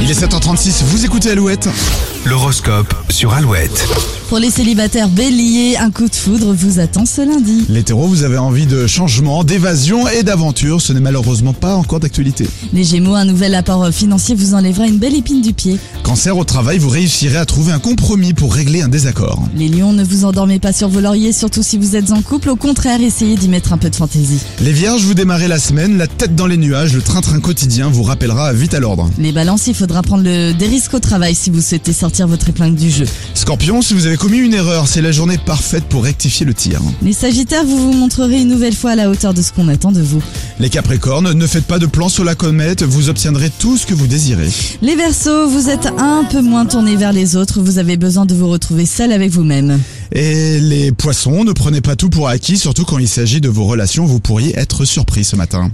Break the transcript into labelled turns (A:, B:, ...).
A: Il est 7h36, vous écoutez Alouette.
B: L'horoscope sur Alouette.
C: Pour les célibataires béliers, un coup de foudre vous attend ce lundi.
A: Les taureaux, vous avez envie de changement, d'évasion et d'aventure. Ce n'est malheureusement pas encore d'actualité.
C: Les gémeaux, un nouvel apport euh, financier vous enlèvera une belle épine du pied.
A: Cancer au travail, vous réussirez à trouver un compromis pour régler un désaccord.
C: Les lions, ne vous endormez pas sur vos lauriers, surtout si vous êtes en couple. Au contraire, essayez d'y mettre un peu de fantaisie.
A: Les vierges, vous démarrez la semaine, la tête dans les nuages. Le train-train quotidien vous rappellera vite à l'ordre.
C: Les balances, il faudra prendre le- des risques au travail si vous souhaitez sortir votre épingle du jeu.
A: Scorpion, si vous avez commis une erreur, c'est la journée parfaite pour rectifier le tir.
C: Les sagittaires, vous vous montrerez une nouvelle fois à la hauteur de ce qu'on attend de vous.
A: Les capricornes, ne faites pas de plan sur la comète, vous obtiendrez tout ce que vous désirez.
C: Les versos, vous êtes un peu moins tournés vers les autres. Vous avez besoin de vous retrouver seul avec vous-même.
A: Et les poissons, ne prenez pas tout pour acquis, surtout quand il s'agit de vos relations, vous pourriez être surpris ce matin.